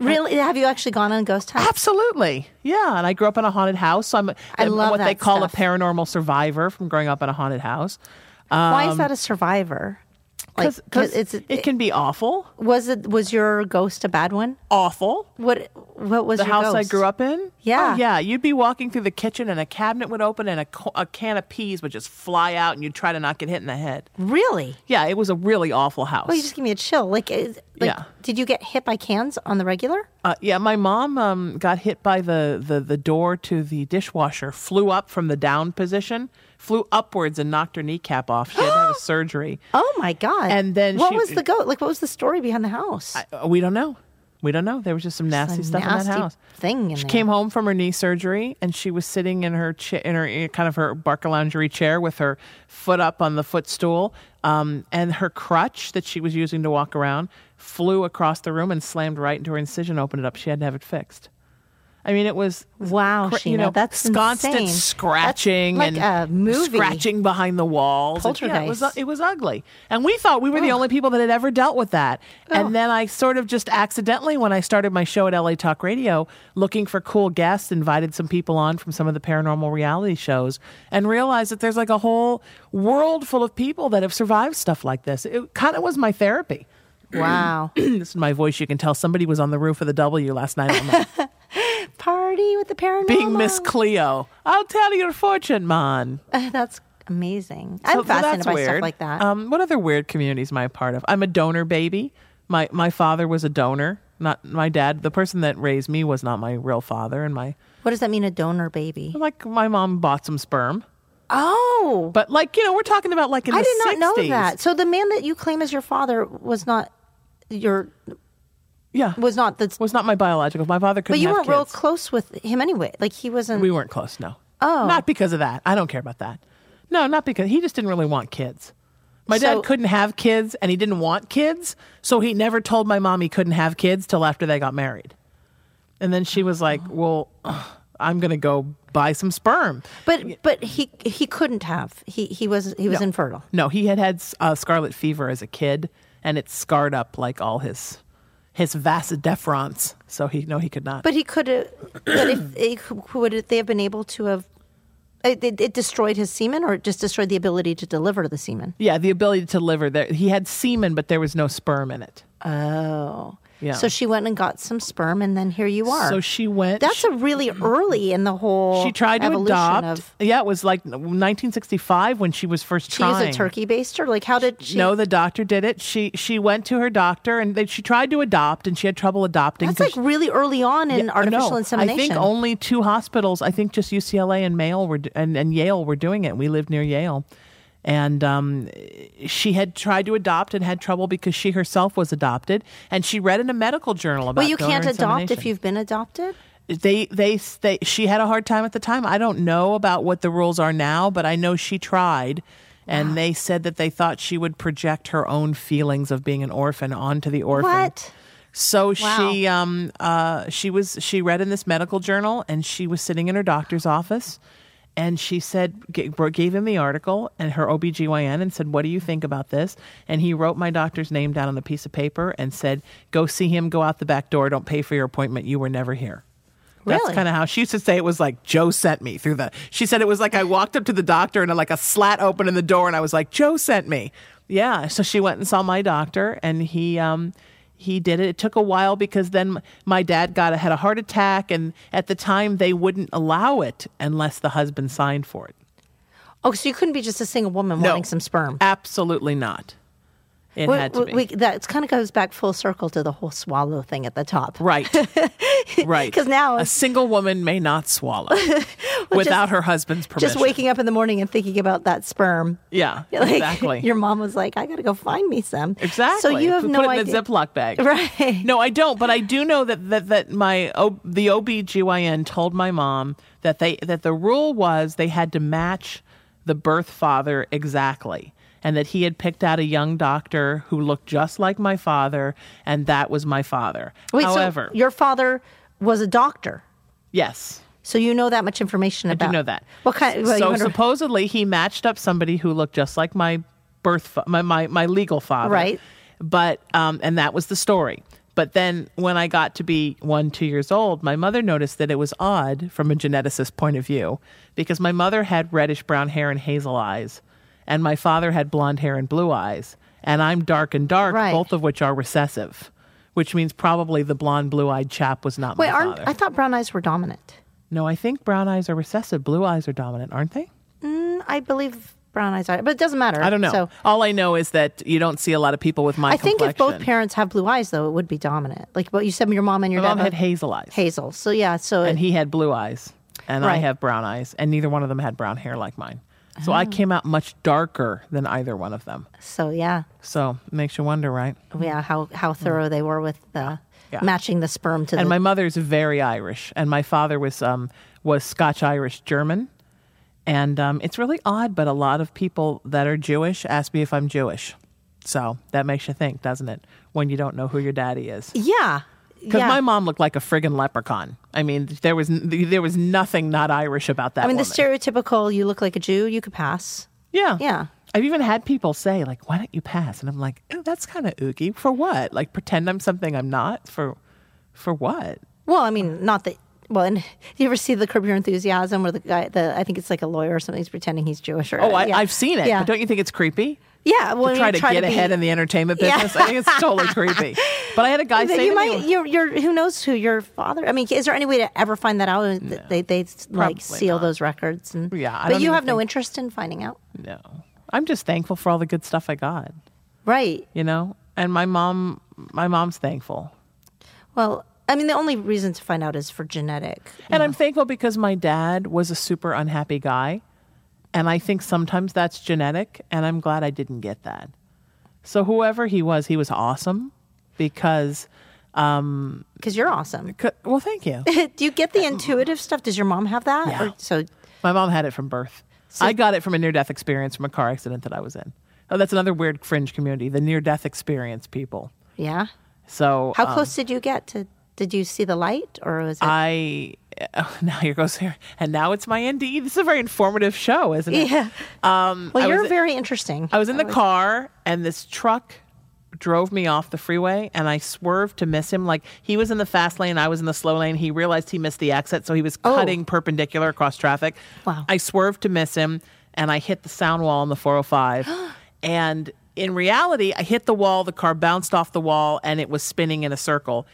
S2: Really? Have you actually gone on ghost hunts?
S3: Absolutely. Yeah. And I grew up in a haunted house. So I'm
S2: I
S3: I'm
S2: love
S3: what they
S2: that
S3: call a
S2: stuff.
S3: paranormal survivor from growing up in a haunted house.
S2: Why is that a survivor? Like,
S3: Because
S2: 'cause it's,
S3: Um, it can be awful.
S2: was it was your ghost a bad one?
S3: Awful.
S2: What what was
S3: The
S2: your
S3: house I
S2: ghost?
S3: grew up in?
S2: Yeah.
S3: Oh, yeah. You'd be walking through the kitchen and a cabinet would open and a, co- a can of peas would just fly out and you'd try to not get hit in the head.
S2: Really?
S3: Yeah. It was a really awful house.
S2: Well, you just give me a chill. Like, is, like
S3: Yeah.
S2: did you get hit by cans on the regular?
S3: Uh, yeah, my mom um, got hit by the, the, the door to the dishwasher, flew up from the down position, flew upwards and knocked her kneecap off. She had to have a surgery.
S2: Oh my god!
S3: And then
S2: what
S3: she-
S2: was the goat? Like, what was the story behind the house?
S3: Uh, we don't know. We don't know. There was just some nasty
S2: Some
S3: stuff in that
S2: nasty
S3: house.
S2: thing in
S3: she
S2: there.
S3: came home from her knee surgery, and she was sitting in her cha- in her in kind of her Barca lingerie chair with her foot up on the footstool, um, and her crutch that she was using to walk around flew across the room and slammed right into her incision, opened it up. She had to have it fixed. I mean, it was
S2: Wow,
S3: cra-
S2: Sheena,
S3: you know
S2: that's
S3: constant
S2: insane. That's
S3: scratching
S2: like
S3: and
S2: a movie.
S3: scratching behind the walls. And, yeah, it was
S2: Poltergeist.
S3: it was ugly. And we thought we were the only people that had ever dealt with that.
S2: Ugh.
S3: And then I sort of just accidentally, when I started my show at LA Talk Radio, looking for cool guests, invited some people on from some of the paranormal reality shows and realized that there's like a whole world full of people that have survived stuff like this. It kind of was my therapy.
S2: wow!
S3: this is my voice. You can tell somebody was on the roof of the W last night on the,
S2: Party with the paranormal.
S3: being Miss Cleo. I'll tell your fortune, man.
S2: Uh, that's amazing.
S3: So-
S2: I'm
S3: so
S2: fascinated
S3: Oh, that's
S2: by stuff
S3: weird.
S2: like that.
S3: Um, what other weird communities am I a part of? I'm a donor baby. My my father was a donor. Not my dad. The person that raised me was not my real father. And my
S2: what does that mean? A donor baby?
S3: like my mom bought some sperm,
S2: Oh,
S3: but like you know we're talking about like in
S2: I
S3: the
S2: did not know
S3: 60s.
S2: that. So the man that you claim as your father was not your
S3: Yeah.
S2: was not the.
S3: was not my biological. My father couldn't
S2: but you
S3: have
S2: weren't real
S3: kids.
S2: close with him anyway. Like he wasn't.
S3: We weren't close, no.
S2: Oh.
S3: Not because of that. I don't care about that. No, not because he just didn't really want kids. My
S2: So-
S3: dad couldn't have kids and he didn't want kids, so he never told my mom he couldn't have kids till after they got married. And then she was like, "Well, ugh, I'm going to go buy some sperm."
S2: but but he he couldn't have. He he was he was
S3: No.
S2: infertile.
S3: No, he had had uh, scarlet fever as a kid and it scarred up like all his his vasodefferents, so he no he could not.
S2: But he could have. but if it, would they have been able to have? It, it, it destroyed his semen, or it just destroyed the ability to deliver the semen.
S3: yeah, the ability to deliver there. He had semen, but there was no sperm in it.
S2: Oh,
S3: Yeah.
S2: So she went and got some sperm, and then here you are.
S3: So she went
S2: That's a really early in the whole.
S3: she tried to
S2: evolution
S3: adopt.
S2: Of,
S3: yeah, it was like 1965 when she was first
S2: she
S3: trying.
S2: is a turkey baster. Like how did she?
S3: No, the doctor did it. She she went to her doctor and they, she tried to adopt and she had trouble adopting.
S2: that's
S3: 'cause
S2: like really early on in
S3: she-
S2: artificial
S3: no,
S2: insemination.
S3: I think only two hospitals. I think just UCLA and Mail were d- and, and Yale were doing it. We lived near Yale, and um, she had tried to adopt and had trouble because she herself was adopted. And she read in a medical journal about.
S2: well, you
S3: donor
S2: can't adopt if
S3: insemination
S2: you've been adopted.
S3: they, they they she had a hard time at the time. I don't know about what the rules are now, but I know she tried and they said that they thought she would project her own feelings of being an orphan onto the orphan.
S2: What?
S3: So
S2: Wow.
S3: she um uh she was she read in this medical journal and she was sitting in her doctor's office and she said g- bro- gave him the article and her OBGYN and said what do you think about this and he wrote my doctor's name down on a piece of paper and said go see him go out the back door don't pay for your appointment you were never here.
S2: Really?
S3: That's kind of how she used to say it was like Joe sent me through the. She said it was like I walked up to the doctor and like a slat opened in the door and I was like Joe sent me. Yeah, so she went and saw my doctor and he um he did it. It took a while because then my dad got had a heart attack and at the time they wouldn't allow it unless the husband signed for it.
S2: Oh, so you couldn't be just a single woman wanting some sperm.
S3: Absolutely not. It
S2: Well,
S3: had to
S2: well,
S3: be
S2: we- that kind of goes back full circle to the whole swallow thing at the top.
S3: right. right.
S2: 'Cause now
S3: a
S2: it's-
S3: single woman may not swallow without her husband's permission.
S2: Just waking up in the morning and thinking about that sperm.
S3: Yeah,
S2: Like,
S3: exactly.
S2: Your mom was like, I got to go find me some.
S3: Exactly.
S2: So you have
S3: Put
S2: no
S3: it
S2: idea.
S3: in a Ziploc bag.
S2: Right.
S3: No, I don't, but I do know that that, that my o, the OBGYN told my mom that they that the rule was they had to match the birth father exactly. And that he had picked out a young doctor who looked just like my father, and that was my father.
S2: Wait,
S3: However,
S2: so your father was a doctor.
S3: yes,
S2: So you know that much information
S3: I
S2: about.
S3: do know that.
S2: What kind? Well, you
S3: so
S2: wonder-
S3: supposedly he matched up somebody who looked just like my birth, fa- my my, my legal father,
S2: Right.
S3: But um, and that was the story. But then when I got to be one, two years old, my mother noticed that it was odd from a geneticist point of view because my mother had reddish brown hair and hazel eyes, and my father had blonde hair and blue eyes, and I'm dark and dark,
S2: Right.
S3: both of which are recessive. Which means probably the blonde, blue-eyed chap was not
S2: Wait,
S3: my
S2: aren't,
S3: father.
S2: I thought brown eyes were dominant.
S3: no, I think brown eyes are recessive. Blue eyes are dominant, aren't they?
S2: I believe brown eyes are, but it doesn't matter.
S3: I don't know.
S2: So
S3: All I know is that you don't see a lot of people with my
S2: I think if both
S3: complexion.
S2: parents have blue eyes, though, it would be dominant. Like what you said, your mom and your
S3: My mom
S2: dad
S3: had
S2: both-
S3: hazel eyes,
S2: hazel. So yeah, so
S3: and he had blue eyes, and I
S2: Right.
S3: have brown eyes, and neither one of them had brown hair like mine. So
S2: Ah.
S3: I came out much darker than either one of them.
S2: so yeah,
S3: So it makes you wonder, right?
S2: yeah. How how thorough they were with the
S3: Mm. Yeah.
S2: matching the sperm to
S3: And
S2: the
S3: my mother's very Irish, and my father was um, was Scotch Irish German, and um, it's really odd. But a lot of people that are Jewish ask me if I'm Jewish, so that makes you think, doesn't it? When you don't know who your daddy is.
S2: yeah.
S3: Because
S2: yeah.
S3: my mom looked like a friggin' leprechaun. I mean, there was there was nothing not Irish about that.
S2: I mean, the
S3: woman.
S2: stereotypical "you look like a Jew, you could pass."
S3: Yeah,
S2: yeah.
S3: I've even had people say like, "Why don't you pass?" And I'm like, "Ew, "That's kind of oogie. For what? Like, pretend I'm something I'm not. For for what?
S2: Well, I mean, not that. Well, and do you ever see the Curb Your Enthusiasm where the guy, the I think it's like a lawyer or something, he's pretending he's Jewish? Or
S3: Oh, I,
S2: Uh, yeah.
S3: I've seen it.
S2: Yeah,
S3: But don't you think it's creepy?
S2: yeah. Well, I mean,
S3: try to get
S2: be-
S3: ahead in the entertainment
S2: Yeah.
S3: business. I think it's totally creepy. But I had a guy
S2: Then
S3: say
S2: you
S3: to me-
S2: might. You're, you're. Who knows who your father? I mean, is there any way to ever find that out? Th- They they like
S3: Probably
S2: seal
S3: not.
S2: those records. And,
S3: Yeah, I
S2: but
S3: don't
S2: you
S3: even
S2: have no interest in finding out,
S3: "No, I'm just thankful for all the good stuff I got.
S2: right?
S3: You know." And my mom, my mom's thankful.
S2: Well, I mean, the only reason to find out is for genetic.
S3: And I'm thankful because my dad was a super unhappy guy. And I think sometimes that's genetic. And I'm glad I didn't get that. So, whoever he was, he was awesome because Um,
S2: because you're awesome.
S3: c- well, thank you.
S2: Do you get the intuitive stuff? Does your mom have that?
S3: Yeah.
S2: Or- so
S3: My mom had it from birth. I got it from a near death experience from a car accident that I was in. Oh, that's another weird fringe community, the near death experience people.
S2: yeah.
S3: So
S2: How
S3: um,
S2: close did you get to? Did you see the light, or was it?
S3: I oh, now here goes here, and now it's my NDE. This is a very informative show, isn't it?
S2: yeah.
S3: Um,
S2: Well,
S3: I
S2: you're
S3: was,
S2: very interesting.
S3: I was in the car, and this truck drove me off the freeway, and I swerved to miss him. Like he was in the fast lane, I was in the slow lane. He realized he missed the exit, so he was
S2: Oh.
S3: cutting perpendicular across traffic.
S2: Wow.
S3: I swerved to miss him, and I hit the sound wall on the 405, and. In reality, I hit the wall, the car bounced off the wall, and it was spinning in a circle.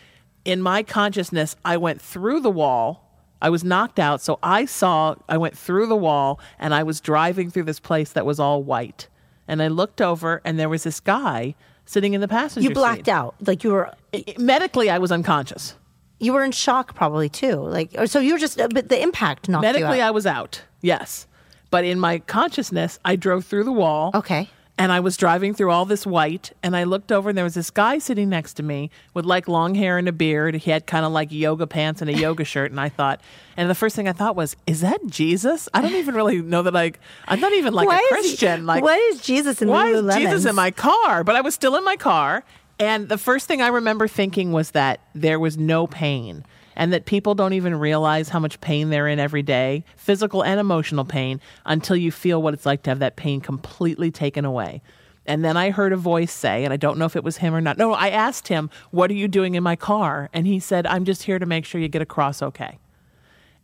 S3: In my consciousness, I went through the wall I was knocked out, so I saw I went through the wall and I was driving through this place that was all white. And I looked over and there was this guy sitting in the passenger
S2: you blacked out, like you were.
S3: out. Medically I was unconscious.
S2: You were in shock, probably too. Like, or so you were just. But the impact knocked
S3: Medically
S2: you out.
S3: I was out. Yes. But in my consciousness, I drove through the wall.
S2: okay.
S3: And I was driving through all this white, and I looked over, and there was this guy sitting next to me with like long hair and a beard. He had kind of like yoga pants and a yoga shirt. And I thought, and the first thing I thought was, is that Jesus? I don't even really know that I, I'm not even like a
S2: is he-
S3: Christian. like,
S2: why is Jesus in
S3: why is
S2: Lululemons?
S3: Jesus in my car? But I was still in my car. And the first thing I remember thinking was that there was no pain and that people don't even realize how much pain they're in every day, physical and emotional pain, until you feel what it's like to have that pain completely taken away. And then I heard a voice say, and I don't know if it was him or not. No, I asked him, What are you doing in my car? And he said, I'm just here to make sure you get across okay.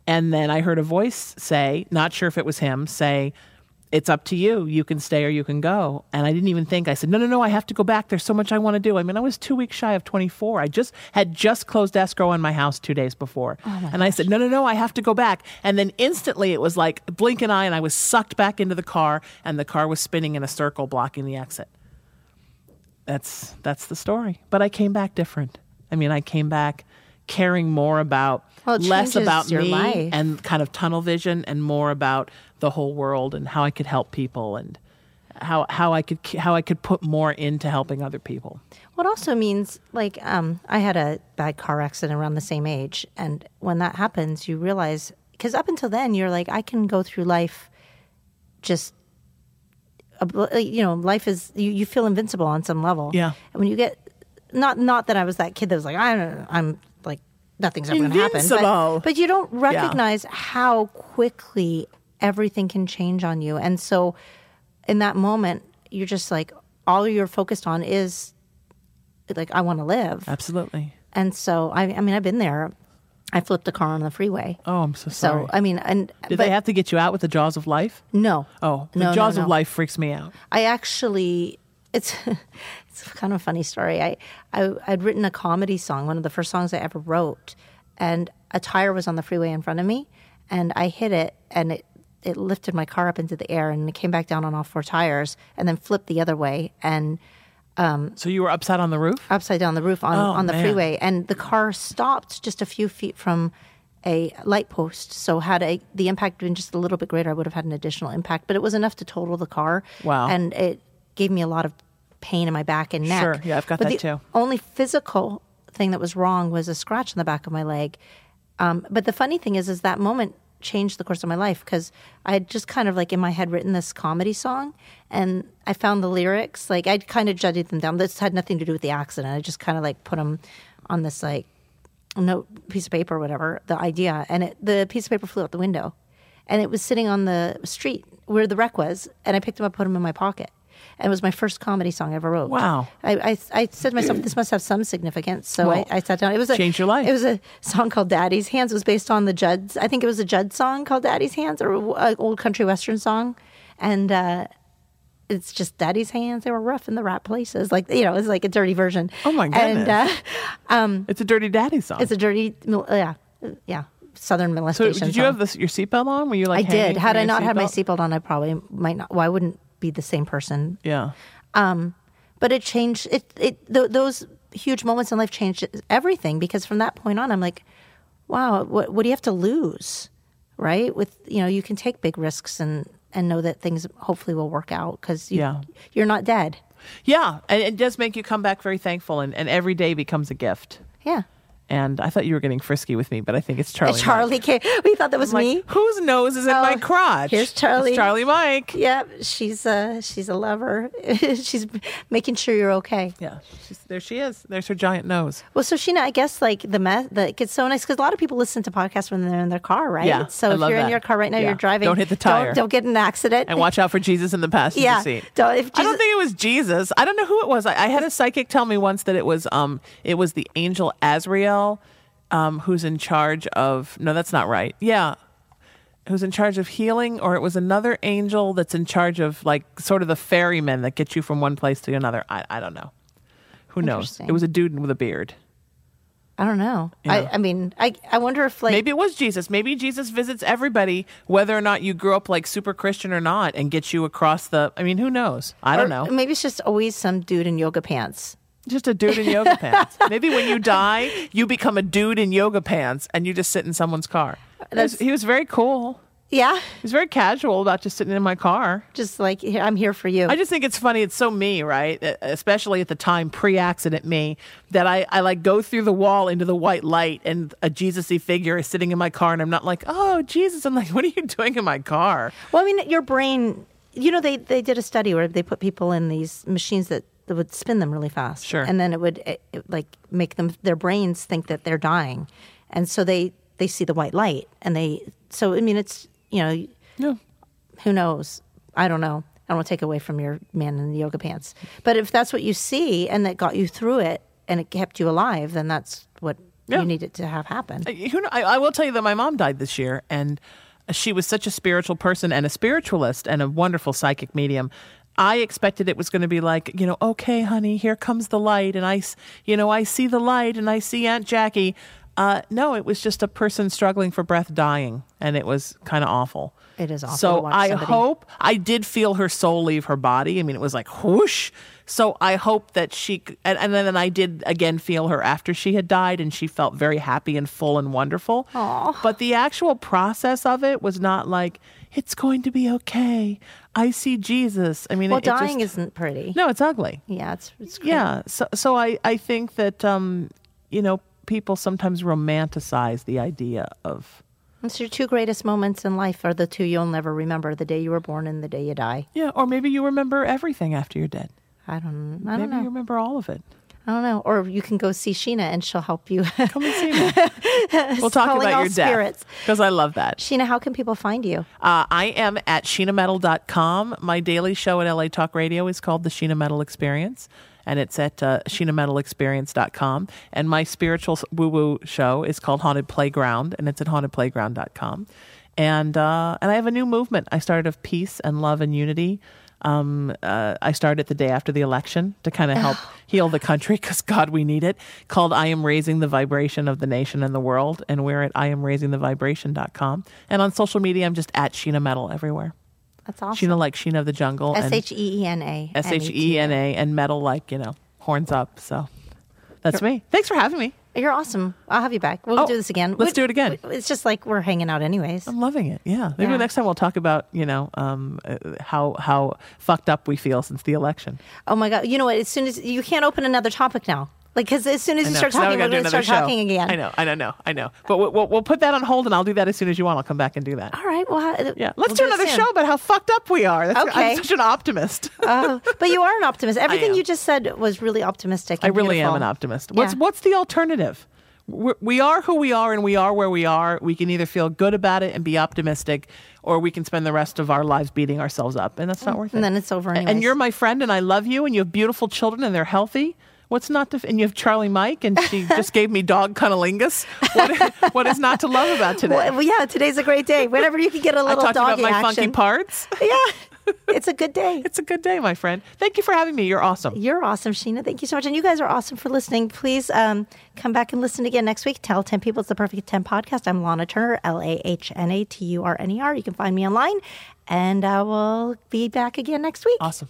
S3: And then I heard a voice say, not sure if it was him, say, It's up to you. You can stay or you can go. And I didn't even think. I said, No, no, no, I have to go back. There's so much I want to do. I mean, I was two weeks shy of 24. I just had just closed escrow on my house two days before. and I said, No, no, no, I have to go back. And then instantly it was like blink an eye, and I was sucked back into the car, and the car was spinning in a circle, blocking the exit. That's that's the story. But I came back different. I mean, I came back caring more about
S2: Well, it
S3: less
S2: changes
S3: about
S2: your
S3: me
S2: life.
S3: and kind of tunnel vision and more about the whole world and how I could help people and how how I could how I could put more into helping other people.
S2: What also means, like, um, I had a bad car accident around the same age, and when that happens, you realize because up until then, you're like, I can go through life, just, obl- you know, life is you, you feel invincible on some level.
S3: Yeah.
S2: And when you get, not not that I was that kid that was like, I don't, I'm like, nothing's ever going to happen.
S3: Invincible.
S2: But, but you don't recognize how quickly everything can change on you, and so in that moment, you're just like, all you're focused on is like I want to live.
S3: Uh, Absolutely.
S2: And so I, I mean, I've been there. I flipped a car on the freeway.
S3: Oh, I'm so
S2: so
S3: sorry.
S2: I mean, and
S3: Did
S2: but
S3: they have to get you out with the jaws of life?
S2: no?
S3: Oh, the
S2: no, no,
S3: jaws
S2: no.
S3: of life freaks me out.
S2: I actually, it's it's kind of a funny story. I, I I'd written a comedy song, one of the first songs I ever wrote, and a tire was on the freeway in front of me, and I hit it, and it it lifted my car up into the air, and it came back down on all four tires, and then flipped the other way, and
S3: So you were upside on the roof?
S2: upside down the roof on, on the
S3: Oh, man.
S2: freeway and the car stopped just a few feet from a light post so had a, the impact been just a little bit greater i would have had an additional impact but it was enough to total the car
S3: Wow.
S2: and it gave me a lot of pain in my back and neck
S3: Sure. Yeah, I've got
S2: But
S3: that
S2: the
S3: too.
S2: only physical thing that was wrong was a scratch on the back of my leg um, but the funny thing is is that moment changed the course of my life because i had just kind of like in my head written this comedy song and i found the lyrics like i'd kind of jotted them down this had nothing to do with the accident i just kind of like put them on this like note piece of paper or whatever the idea and it, the piece of paper flew out the window and it was sitting on the street where the wreck was and i picked him up put him in my pocket and it was my first comedy song I ever wrote.
S3: Wow.
S2: I, I, I said to myself, this must have some significance. So
S3: Well,
S2: I, I sat down. It was a,
S3: changed your life.
S2: It was a song called Daddy's Hands. It was based on the Judd's. I think it was a Judd song called Daddy's Hands or an old country western song. And uh, it's just Daddy's Hands. They were rough in the right places. Like, you know, it's like a dirty version.
S3: Oh, my
S2: And uh,
S3: goodness. It's a dirty daddy song.
S2: it's a dirty, mil- uh, yeah, yeah, southern
S3: so
S2: molestation
S3: did you
S2: song.
S3: have this, your seatbelt on? Were you
S2: I
S3: like hanging
S2: did. Had
S3: from
S2: I
S3: your
S2: not had my
S3: seatbelt?
S2: seatbelt on, I probably might not. Well, I wouldn't be the same person
S3: Yeah.
S2: Um, but it changed it it th- those huge moments in life changed everything because from that point on i'm like wow what what do you have to lose right with you know you can take big risks and and know that things hopefully will work out cuz you,
S3: Yeah.
S2: you're not dead
S3: Yeah, and it does make you come back very thankful, and, and every day becomes a gift.
S2: Yeah.
S3: And I thought you were getting frisky with me, but I think it's Charlie. Mike.
S2: Charlie K. We thought that was
S3: I'm like,
S2: me.
S3: whose nose is in
S2: Oh,
S3: my crotch?
S2: here's
S3: It's
S2: Charlie.
S3: Charlie Mike.
S2: Yep, she's a she's a lover. she's making sure you're okay.
S3: Yeah, she's, there she is. There's her giant nose.
S2: Well, so Sheena, I guess like the mess, the, it's so nice because a lot of people listen to podcasts when they're in their car, right?
S3: Yeah,
S2: So
S3: I
S2: if
S3: love
S2: you're in
S3: that.
S2: your car right now,
S3: Yeah.
S2: you're driving.
S3: Don't hit the tire.
S2: Don't, get in an accident.
S3: And watch out for Jesus in the passenger
S2: yeah.
S3: seat.
S2: Don't, if
S3: I don't
S2: Jesus-
S3: think it was Jesus. I don't know who it was. I, I had a psychic tell me once that it was um it was the angel Azrael, um, who's in charge of no, that's not right. Yeah. Who's in charge of healing, or it was another angel that's in charge of like sort of the ferryman that gets you from one place to another. I, I don't know. Who knows?
S2: Interesting.
S3: It was a dude with a beard.
S2: I don't know.
S3: Yeah.
S2: I, I mean, I I wonder if like
S3: Maybe it was Jesus. Maybe Jesus visits everybody, whether or not you grew up like super Christian or not, and gets you across the. I mean, who knows? I don't know.
S2: or Maybe it's just always some dude in yoga pants.
S3: Just a dude in yoga pants. Maybe when you die, you become a dude in yoga pants and you just sit in someone's car. He was,
S2: That's-
S3: he was very cool.
S2: Yeah,
S3: He was very casual about just sitting in my car.
S2: just like here, I'm here for you.
S3: I just think it's funny. It's so me, right? E- Especially at the time, pre-accident me, that I, I like go through the wall into the white light, and a Jesus-y figure is sitting in my car, and I'm not like, oh Jesus. I'm like, what are you doing in my car?
S2: Well, I mean, your brain. You know, they they did a study where they put people in these machines that, that would spin them really fast.
S3: Sure.
S2: And then it would it, it, like make them their brains think that they're dying, and so they they see the white light, and they so I mean it's you know
S3: Yeah.
S2: who knows I don't know I don't want to take away from your man in the yoga pants, but if that's what you see and that got you through it and it kept you alive, then that's what
S3: Yeah.
S2: you needed to have happen.
S3: who know, I, I will tell you that my mom died this year, and she was such a spiritual person and a spiritualist and a wonderful psychic medium. I expected it was going to be like, you know, okay, honey, here comes the light, and I, s- you know, I see the light, and I see Aunt Jackie. Uh, no, it was just a person struggling for breath, dying, and it was kind of awful.
S2: It is awful to
S3: So
S2: watch
S3: I
S2: somebody-
S3: hope I did feel her soul leave her body. I mean, it was like whoosh. So I hope that she c- and, and then I did again feel her after she had died, and she felt very happy and full and wonderful. But the actual process of it was not like it's going to be okay. I see Jesus. I mean,
S2: well,
S3: it, it just-
S2: dying isn't pretty.
S3: no, it's ugly.
S2: Yeah, it's, it's
S3: Yeah. So, so I, I think that, um, you know, people sometimes romanticize the idea of,
S2: And So your two greatest moments in life are the two you'll never remember: the day you were born and the day you die.
S3: yeah, or maybe you remember everything after you're dead.
S2: I don't. I
S3: Maybe
S2: don't know.
S3: you remember all of it.
S2: I don't know. Or you can go see Sheena, and she'll help you.
S3: Come and see me. we'll talk
S2: Calling
S3: about
S2: all
S3: your death
S2: spirits.
S3: because I love that.
S2: Sheena, how can people find you?
S3: Uh, I am at sheenametal.com. My daily show at LA Talk Radio is called The Sheena Metal Experience, and it's at uh, sheenametalexperience.com. And my spiritual woo woo show is called Haunted Playground, and it's at hauntedplayground.com. And, uh, and I have a new movement I started of peace and love and unity. Um, uh, I started the day after the election to kind of help heal the country because God, we need it. Called I Am Raising the Vibration of the Nation and the World. And we're at IamRaisingTheVibration.com. And on social media, I'm just at Sheena Metal everywhere.
S2: That's awesome.
S3: Sheena like Sheena of the Jungle.
S2: S H E E N A.
S3: S H E N A and metal like, you know, horns up. So that's me. Thanks for having me.
S2: You're awesome. I'll have you back. We'll
S3: Oh,
S2: do this again.
S3: let's
S2: We-
S3: do it again.
S2: we- It's just like we're hanging out, anyways.
S3: I'm loving it. Yeah. Maybe
S2: Yeah.
S3: next time we'll talk about, you know, um, uh, how, how fucked up we feel since the election.
S2: Oh my god! You know what? As soon as you can't open another topic now, like because as soon as
S3: I
S2: you
S3: know,
S2: start
S3: 'cause now
S2: talking,
S3: we
S2: we're
S3: gotta
S2: going
S3: do
S2: to start
S3: another show.
S2: talking again.
S3: I know, I don't know, I know. But we'll, we'll, we'll put that on hold, and I'll do that as soon as you want. I'll come back and do that.
S2: All right. Well, how-
S3: Yeah,
S2: we'll
S3: let's do
S2: it
S3: another
S2: soon.
S3: show about how fucked up we are. That's, I'm
S2: Okay.
S3: such an optimist.
S2: Oh, but you are an optimist. Everything
S3: am.
S2: you just said was really optimistic.
S3: I
S2: and
S3: really am
S2: beautiful.
S3: an optimist. What's
S2: Yeah.
S3: what's the alternative? We're, we are who we are, and we are where we are. We can either feel good about it and be optimistic, or we can spend the rest of our lives beating ourselves up, and that's not worth
S2: Mm,
S3: it.
S2: And then it's over
S3: A-
S2: anyways.
S3: And you're my friend, and I love you, and you have beautiful children, and they're healthy. What's not to? f- And you have Charlie Mike, and she just gave me dog cunnilingus. What, what is not to love about today?
S2: Well, well, yeah, today's a great day. Whenever you can get a
S3: I
S2: little
S3: talked about
S2: doggy
S3: my funky
S2: action.
S3: parts.
S2: yeah, it's a good day.
S3: It's a good day, my friend. Thank you for having me. You're awesome.
S2: You're awesome, Sheena. Thank you so much. And you guys are awesome for listening. Please um, come back and listen again next week. Tell 10 people it's the Perfect 10 podcast. I'm Lana Turner, L A H N A T U R N E R. You can find me online, and I will be back again next week.
S3: Awesome.